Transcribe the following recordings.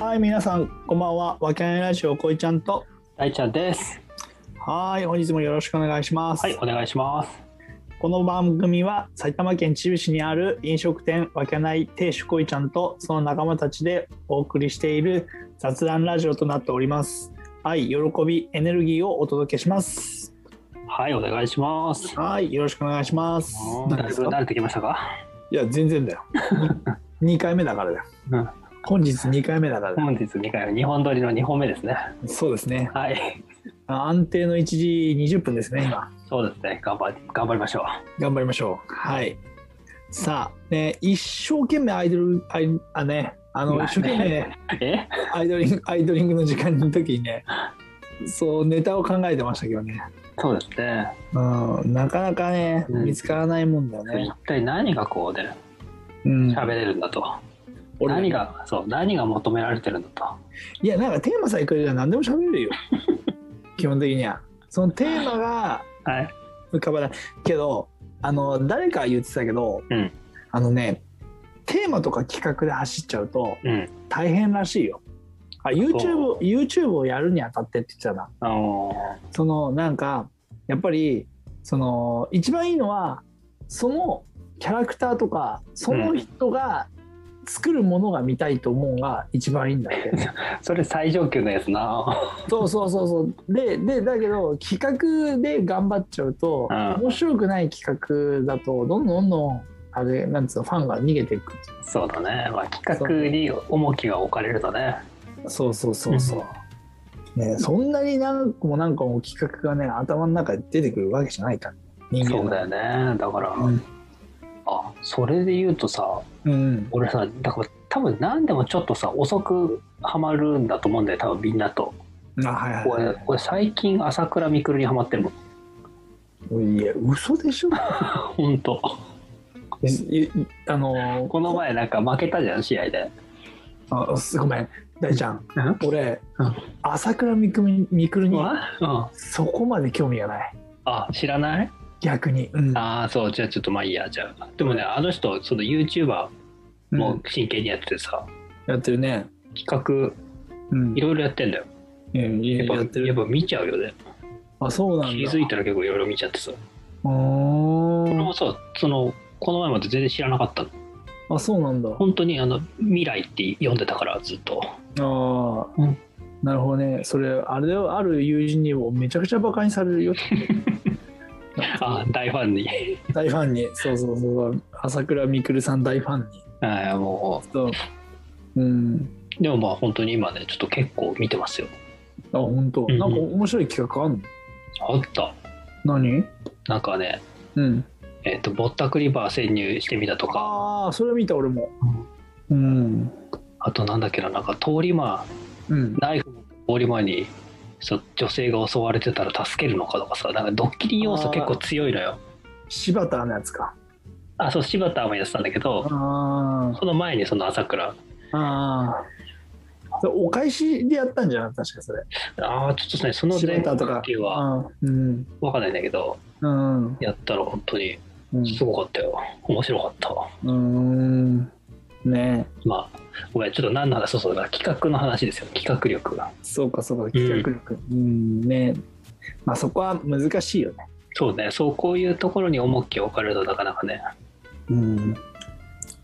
はい、皆さん、こんばんは。わけあいラジオ、こいちゃんと。大ちゃんです。はい、本日もよろしくお願いします。はい、お願いします。この番組は埼玉県秩父市にある飲食店わけない亭主こいちゃんとその仲間たちでお送りしている雑談ラジオとなっております。はい、喜び、エネルギーをお届けします。はい、お願いします。はい、よろしくお願いします。だい何ですぶか慣れてきましたか。いや、全然だよ。2回目だからだよ。うん本日2回目だからだよ。本日2回目、日本撮りの2本目ですね。そうですね。はい、あ安定の1時20分ですね、今。そうですね。頑張り頑張りましょう。頑張りましょう。はい。さあ、ね、一生懸命アイドル、アイあね、あの、まあね一生懸命え、アイドリン グ、アイドリングの時間の時にね、そう、ネタを考えてましたけどね。そうですね。うん、なかなかね、うん見つからないもんだよね一。体何がこうでうん。喋れるんだと、俺何がそう何が求められてるんだいや、なんかテーマさえくれれば何でも喋れ るよ。基本的には。そのテーマがと。はい。浮かばない。けど、あの、誰か言ってたけど、うんあのね、テーマとか企画で走っちゃうと、うん。大変らしいよ。あ YouTube, を YouTube をやるにあたってって言ってたな。あのそのなんかやっぱりその一番いいのはそのキャラクターとかその人が作るものが見たいと思うのが一番いいんだって。ーそれ最上級のやつな。 そうそうそうそう。ででだけど企画で頑張っちゃうとうん面白くない企画だとどんどんどんどんあれなんつうのファンが逃げていくっていうそうだね。まあ企画に重きが置かれるとね。そうそうそうそう。ね、そんなに何個も何個も企画がね頭の中で出てくるわけじゃないから人間そうだよ。よね。だから、うんあそれで言うとさ。うん俺さだから多分何でもちょっとさ遅くハマるんだと思うんだよ多分みんなとうん。あはいはい俺俺最近朝倉未来にハマってるもんはい。いや嘘で しょ。本当えいあのこの前なんか負けたじゃん試合であすごめん大ちゃん。うん俺うん朝倉未来未来うにんそこまで興味がないあ知らない逆に。うん。ああそうじゃあちょっとまあいいやじゃあでもねあの人その YouTuber も真剣にやっててさ、やってるね。企画うんい。ろいろやってんだようんやっぱやってやっる。ぱ見ちゃうよねあそうなんだ。気づいたら結構いろいろ見ちゃってさあー俺もさそのこの前まで全然知らなかったのあそうなんだ。あ本当にあの未来って読んでたからずっとあ、うんなるほどね。それあれだよある友人にもめちゃくちゃバカにされるよ。 あ大ファンに大ファンにそうそうそう朝倉未来さん大ファンにはいもそううんうでもまあ本当に今ねちょっと結構見てますよあ本当、うんなんか面白い企画あんあったの何なんかねうんえっ、とぼったくりバー潜入してみたとかああそれ見た俺もうんあとなんだっけななんか通り魔うんナイフの通り魔にそう女性が襲われてたら助けるのかとかさなんかドッキリ要素結構強いのよ柴田のやつかあそう柴田もやってたんだけどあその前にその朝倉あああそれお返しでやったんじゃない確かそれああちょっとねその柴前田とか期はあーうんわかんないんだけどうんやったら本当にうんすごかったよ面白かったうんねえまあ、ごめん、ちょっと何の話、そうそうだ、企画の話ですよ、企画力が。そうかそうか企画力うん、ねえまあそこは難しいよねそうね、そう、こういうところに重きを置かれると、なかなかね、うん、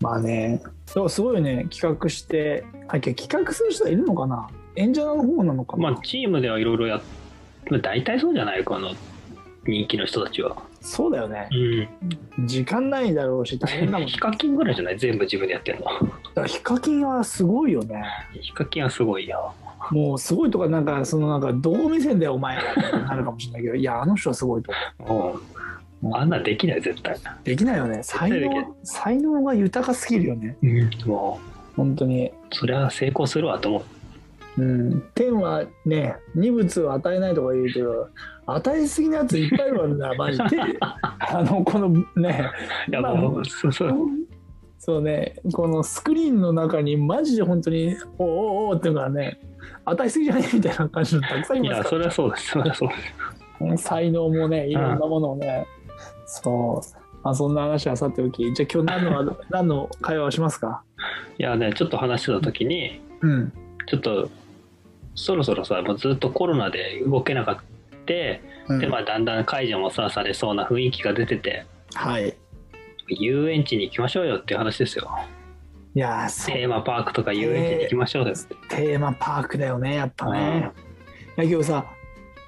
まあねでもすごいね企画してあけど企画する人はいるのかな演者の方なのかな、まあ、チームではいろいろやっ、まあ、大体そうじゃない、この人気の人たちは。そうだよねうん。時間ないだろうし大変だもんね ヒカキンぐらいじゃない、全部自分でやってるの。だからヒカキンはすごいよねヒカキンはすごいよ。もうすごいとかなんかそのなんかどう目線だよお前らってなるかもしれないけどいやあの人はすごいと思うん。あんなできない、絶対。うできないよね才絶対できな能才能が豊かすぎるよねうん。も本当にう、それは成功するわと思う。うん天はね二物を与えないとか言うけど与えすぎなやついっぱいいるわ なマジであのこのねいや、まあもう、そうそう。そうね、このスクリーンの中にマジで本当におおおーっていうのがね、与えすぎじゃないみたいな感じのたくさんいいますや、かそれはそうです、それはそうです。ら、才能もね、いろんなものをね、そう、まあ、そんな話はさておき、じゃあ今 日何の何の会話をしますかいやね、ちょっと話してた時に、うん。ちょっとそろそろさもうずっとコロナで動けなかったでうんまあ、だんだん解除もさされそうな雰囲気が出ててはい。い遊園地に行きましょうよっていう話ですよやーそうテーマパークとか遊園地に行きましょうよって、テーマパークだよねやっぱね。いやけどさ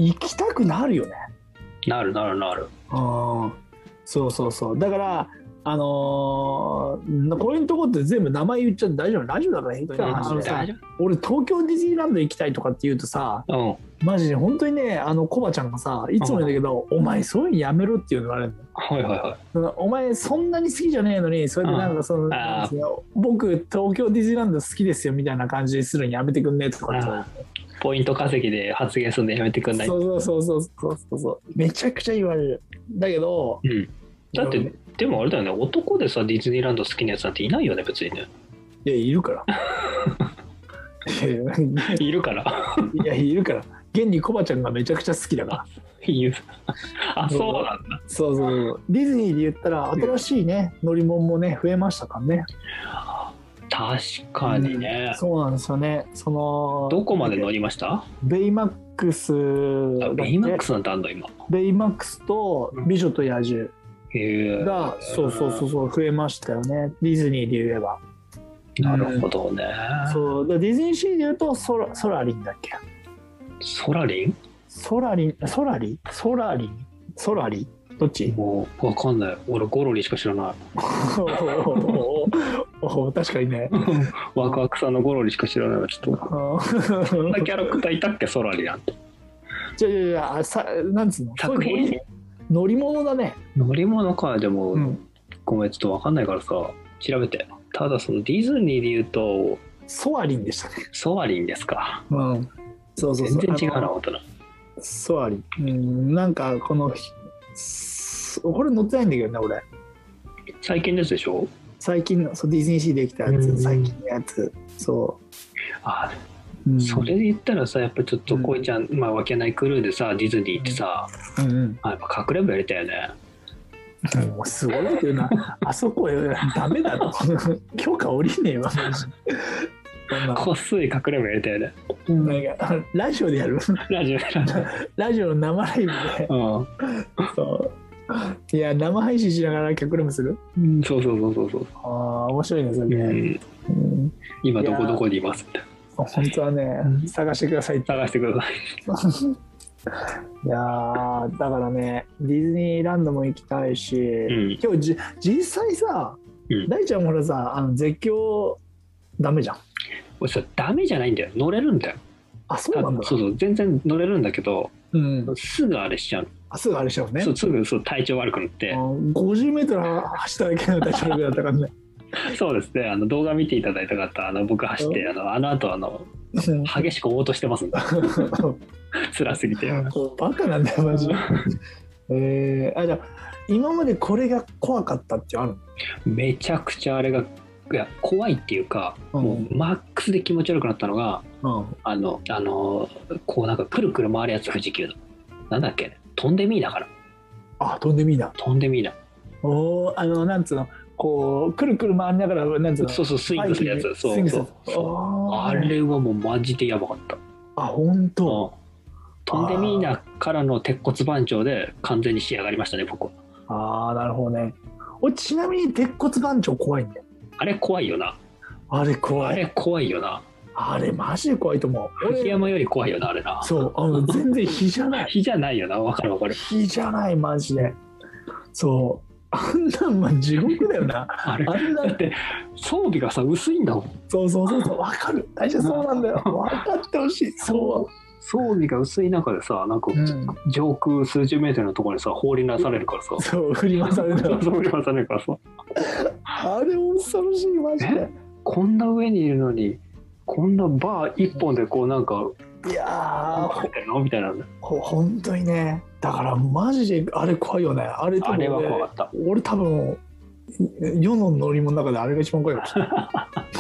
行きたくなるよね。なるなるなるうんそうそうそうだからあのーこういうとこって全部名前言っちゃって大丈夫ラジオだから平気だな大あ丈の夫さ大丈俺東京ディズニーランド行きたいとかって言うとさ夫うんマジで本当にねあのコバちゃんがさいつも言うんだけど「お前そういうのやめろ」っていうのがあるんだよはいはいはいそのお前そんなに好きじゃねえのにそれでなんかそのんなんか僕東京ディズニーランド好きですよみたいな感じでするのやめてくんねえとかってあポイント稼ぎで発言するのやめてくんないそうそうそうそうそうそうめちゃくちゃ言われるだけどうん、だってでもあれだよね男でさディズニーランド好きなやつなんていないよね別 にねいやいるからい やいやいるからいやいるから現にコバちゃんがめちゃくちゃ好きだからいるあそうなんだそうそうそうディズニーで言ったら新しいね乗り物もね増えましたからね確かにね、そうなんですよねそのどこまで乗りましたベイマックスだっけベイマックスなんてあんの今ベイマックスと美女と野獣へえが、そうそうそうそう増えましたよねディズニーで言えばなるほどね、そうだディズニーシーで言うとソラソラリンだっけソラリンソラリンソラリソラリソラリどっちもうわかんない俺ゴロリしか知 らないおーおー確かにねワクワクさんのゴロリしか知らないわちょっとそんなキャラクターいたっけソラリなんてじゃじゃじゃさなんつうの作そうい品う乗り乗り物だね、乗り物かでも、うん、ごめんちょっとわかんないからさ調べてただそのディズニーで言うとソアリンでしたね、ソアリンですかうん、そうそうそう全然違うあなの本当なソアリンうんなんかこのひすこれ乗ってないんだけどね俺最近ですでしょ最近のそうディズニーシーできたやうんつ最近のやつそあう、うん、それで言ったらさやっぱちょっとこいちゃん、まあわけないクルーでさディズニーってさ、うんうんあやっぱかくれんぼやりたいよねもうすごいこと言うな。あそこダメだろ。許可下りねえわ。マジそんなこっそりかくれんぼやりたいよねなんかラジオでやる。ラジオラジラジオの生ライブで。オうんそういや、生配信しながら客ルームするうんそうそうそうそうそう、ああ、面白いね、それうね。ん、うん今どこどこにいますって本当はうんね、探してください って。探してくださいいやーだからね、ディズニーランドも行きたいし、うん今日じ実際さうん、大ちゃんほらさ、あの絶叫ダメじゃん。俺さダメじゃないんだよ乗れるんだよあ、そうなんだ。そうそう全然乗れるんだけどうん。すぐあれしちゃうあ、すぐあれしちゃうねそ。うすぐそう体調悪くなって50メートル走っただけの大丈夫だったから ね。そうですねあの動画見ていただいた方あの僕走ってあのあの後あの激しく応答してますんで辛すぎてこうバカなんだよマジで。えー、あじゃあ今までこれが怖かったってあるめちゃくちゃあれがいや怖いっていうか、うんもうマックスで気持ち悪くなったのがの？あのあのこうなんかくるくる回るやつ富士急のなんだっけ飛んでみーだからあ飛んでみいな。飛んでみーだおおあのなんつうのこうくるくる回りながらなんつうの。そうそうスイングするやつスそインうグそするうやつ。ああーれはもうマジでやばかったあ本当。飛んでみーなからの鉄骨番長で完全に仕上がりましたね僕はああなるほどね。おちなみに鉄骨番長怖いんだよ。あれ怖いよなあれあ怖い。れ怖いよなあれマジで怖いと思う。藤山より怖いよなあれなそうあの全然比じゃない。火じゃないよなわかるわかる火じゃないマジでそうあんなんま地獄だよなあれあれだだって装備がさ薄いんだもんそうそうそうそう分かる大丈夫そうなんだ よ分かってほしいそ装備が薄い中でさなんかう、うん、上空数十メートルのところにさ放り出されるからさそう振り回されたそう放り出されるからさ あれ恐ろしいマジでこんな上にいるのにこんなバー一本でこうなんかいやー入ってるのみたいなほ本当にねだからマジであれ怖いよねあれ多あ分れは俺怖かっ俺多分世の乗り物の中であれが一番怖いかも しれな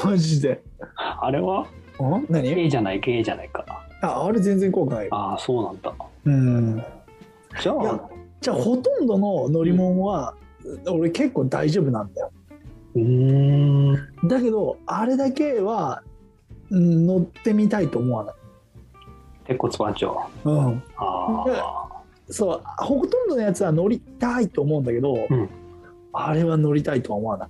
いマジでたあれはん何ゲイじゃないゲイじゃないかああれ全然怖くないよああそうなんだうんじゃいやあじゃあほとんどの乗り物は、俺結構大丈夫なんだようーんだけどあれだけはうん乗ってみたいと思わない。鉄骨番長。うん、ああ。そうほとんどのやつは乗りたいと思うんだけど、うんあれは乗りたいとは思わない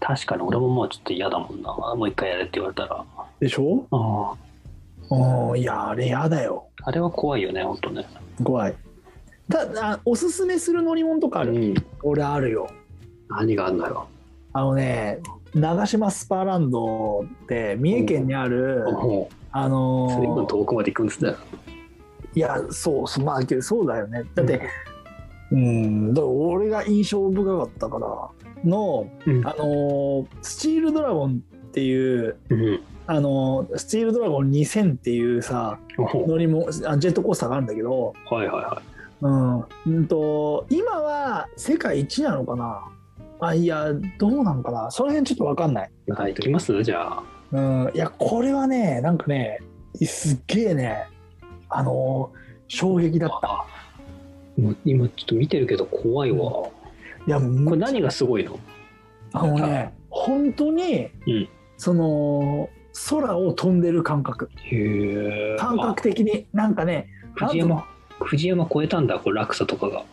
確かに俺ももうちょっと嫌だもんな。もう一回やれって言われたら。あでしょあ。うんいやあれやだよあれは怖いよね、ほんとね。怖いただおすすめする乗り物とかある、うん。俺あるよ何があんのよ。あのね長島スパーランドって三重県にある、もあう、随分のー遠くまで行くんですね。いやそうそうまあけどそうだよねだってうんだから俺が印象深かったからの、うんあのースチールドラゴンっていううん。あのスチールドラゴン2000っていうさおほ乗りもあジェットコースターがあるんだけど、はいはいはうん、うんと今は世界一なのかなあいやどうなんかなその辺ちょっと分かんない、い。はい、行きますじゃあ。うん、いやこれはねなんかねすっげえねあの衝撃だったあもう今ちょっと見てるけど怖いわ。いやここれ何がすごいのあのね本当に、うんその空を飛んでる感覚へえ。感覚的になんかねあ藤山、藤山超えたんだ、これ落差とかが。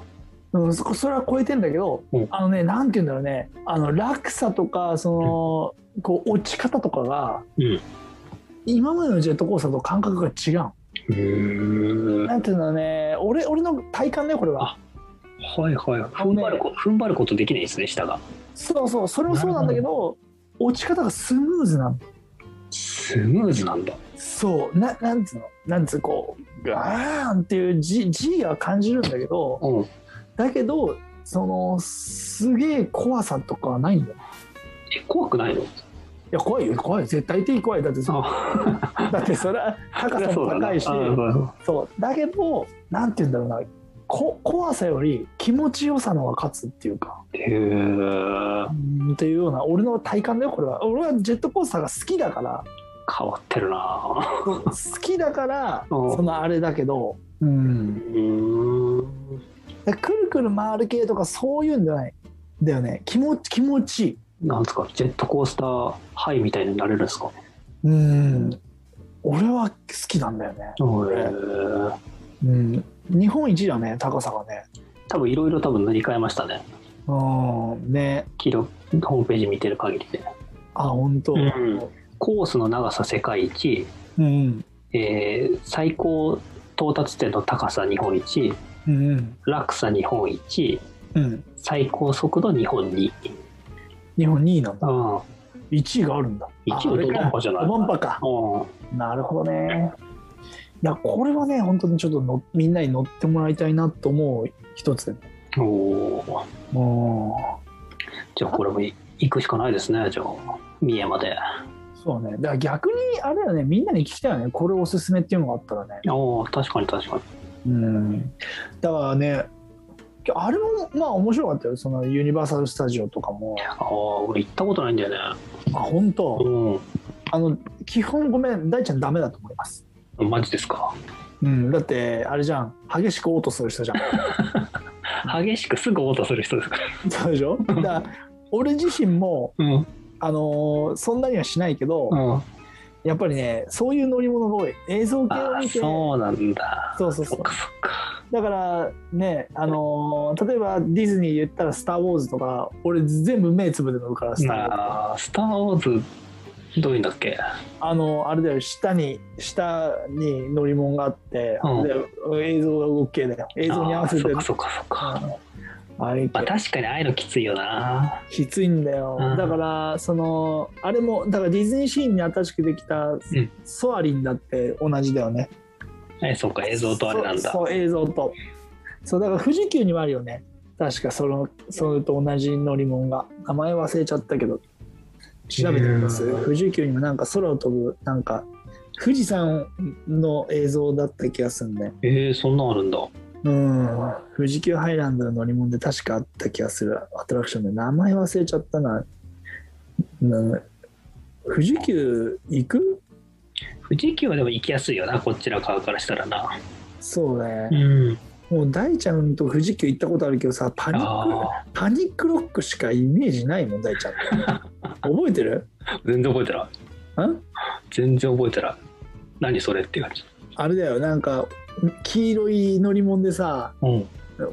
うん、そこそれは超えてんだけど、うんあのねなんて言うんだろうねあの落差とかその、こう落ち方とかがうん。今までのジェットコースターと感覚が違うへえ。なんていうんだろうね俺俺の体感ねこれはあはいはい。踏ん張るこ、踏ん張ることできないですね、下が。そうそうそれもそうなんだけど落ち方がスムーズなのスムーズなんだ。そうななんつうのなんつうこうガーンっていう G, G は感じるんだけどうん。だけどそのすげえ怖さとかはないんだよえ、怖くないのいや怖いよ怖いよ絶対的に怖いだってそあ、 だってそれは高さも高いしあそうそうそうだけどなんて言うんだろうなこ怖さより気持ちよさの方が勝つっていうかへえう。ーんっていうような俺の体感だよこれは俺はジェットコースターが好きだから変わってるな。好きだからうんそのあれだけどううんーん。だからくるくる回る系とかそういうんじゃないだよね気持ち気持ちいいなんですか、ジェットコースターハイみたいになれるんですか。うーん俺は好きなんだよね、へーうん、日本一だね高さがね多分いろいろ多分塗り替えましたね。うんね記録ホームページ見てる限りで。あ本当うんコースの長さ世界一、うんえー最高到達点の高さ日本一、うん落差日本一、うん最高速度日本二。日本2位なんうだん。 1位があるんだ一位ドドンパじゃない。ドドンパかうん。なるほどねいやこれはね本当にちょっとのみんなに乗ってもらいたいなと思う一つおお。もじゃあこれもい行くしかないですね。じゃあ三重まで。うそうねだから逆にあれだよねみんなに聞きたいよねこれおすすめっていうのがあったらねおお確かに確かに。うんだからねあれもまあ面白かったよそのユニバーサル・スタジオとかもああ俺行ったことないんだよね。あ本当うあの基本ごめん大ちゃんダメだと思いますん。マジですか。うん、だってあれじゃん激しく嘔吐する人じゃん激しくすぐ嘔吐する人ですから。そうでしょだから俺自身も、うん。あのーそんなにはしないけど、うん。やっぱりねそういう乗り物が多い映像系をあ見ーてそうそうなんだ。そうそそっうかそっか。だからね、あのー例えばディズニー言ったら「スター・ウォーズ」とか俺全部目つぶで乗るから「スター・ウォーズ」あースター・ウォーズどういうんだっけ。あのーあれだよ下に下に乗り物があって、うんで映像が動く系だよ映像に合わせてあーそっかそっかそっか。あれまあ確かにああいうのきついよな。きついんだよ、うんだからそのあれもだからディズニーシーンに新しくできたんソアリンだって同じだよね、えそうか映像とあれなんだ。そうそう映像とそうだから富士急にもあるよね確かそのそれと同じ乗り物が名前忘れちゃったけど調べてみますうん富士急にもなんか空を飛ぶなんか富士山の映像だった気がするねえー、そんなんあるんだ。うん富士急ハイランドの乗り物で確かあった気がするアトラクションで名前忘れちゃったなな富士急行く富士急はでも行きやすいよなこちら側からしたらな。そうねう、ん。もう大ちゃんと富士急行ったことあるけどさパニックあパニックロックしかイメージないもん大ちゃん覚えてるあ全然覚えてない。全然覚えてない何それって感じあれだよなんか黄色い乗り物でさうん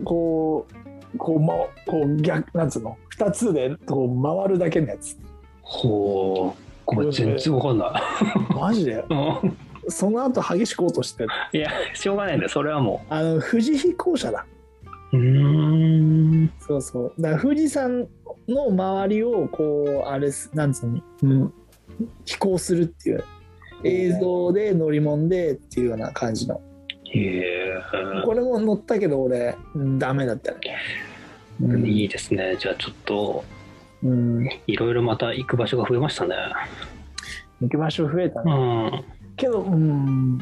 こうこう,、ま、こう逆なんつうの2つでこう回るだけのやつほうごめん全然わかんなマジでい、うんその後激しく落としていやしょうがないんだよそれはもあの富士飛行車だううーんそうそうだから富士山の周りをこうあれすなんつうの、うん、飛行するっていう映像で乗り物でっていうような感じのへえこれも乗ったけど俺うんダメだったねうんいいですねじゃあちょっとうんいろいろまた行く場所が増えましたね行き場所増えたうねんけどうん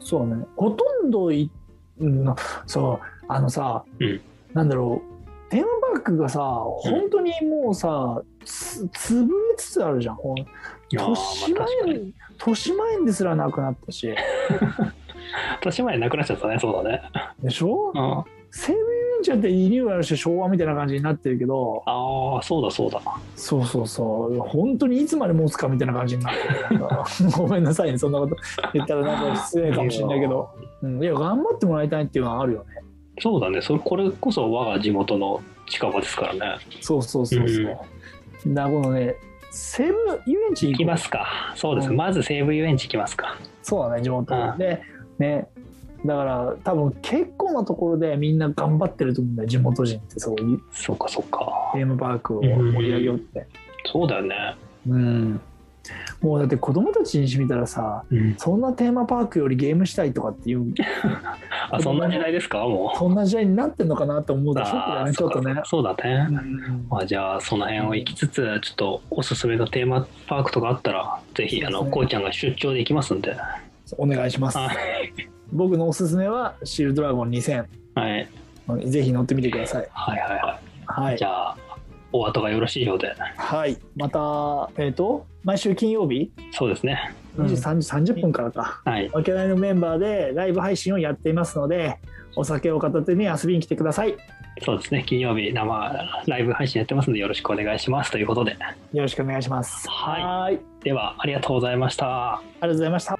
そうねほとんどい、うん、そうあのさ、うんなんだろうテーマパークがさ本当にもうさ、つ潰れつつあるじゃんほんいやーま豊島あ確かに園豊島園ですらなくなったし年前なくなっちゃったねそうだねでしょうんあ西武遊園地だってリニューアルして昭和みたいな感じになってるけどあそうだそうだそうそうそう本当にいつまで持つかみたいな感じになってる からごめんなさいねそんなこと言ったらなんか失礼かもしれないけど、うん、いや頑張ってもらいたいっていうのはあるよねそうだねそれこれこそ我が地元の近場ですからねそうそうそうそう、だからこのね西武遊園地行行きますすかそうです、うんまず西武遊園地行きますかそうだね地元うんでねだから多分結構なところでみんな頑張ってると思うんだよ地元人ってそういうそうかそうかテーマパークを盛り上げようって、そうだよねうん、もうだって子供たちにしてみたらさうんそんなテーマパークよりゲームしたいとかっていうあそんな時代ですかもそんな時代になってんのかなって思ううとショックだあねーちょっとね。そうかそうだね、うんまあ、じゃあその辺を行きつつちょっとおすすめのテーマパークとかあったらぜひあそうでのすねこうちゃんが出張で行きますんではお願いします。い僕のおすすめはシールドラゴン2000。はいぜひ乗ってみてください。はいはいははいじい。ゃあお後がよろしいようではい、また、えっ、と、毎週金曜日、そうですねうん23時30分からか、はいわけないのメンバーでライブ配信をやっていますので、お酒を片手に遊びに来てください。よそうですね金曜日生ライブ配信やってますのでよろしくお願いしますということでろしくお願いします。はいはいありではありがとうございましたがとうございました。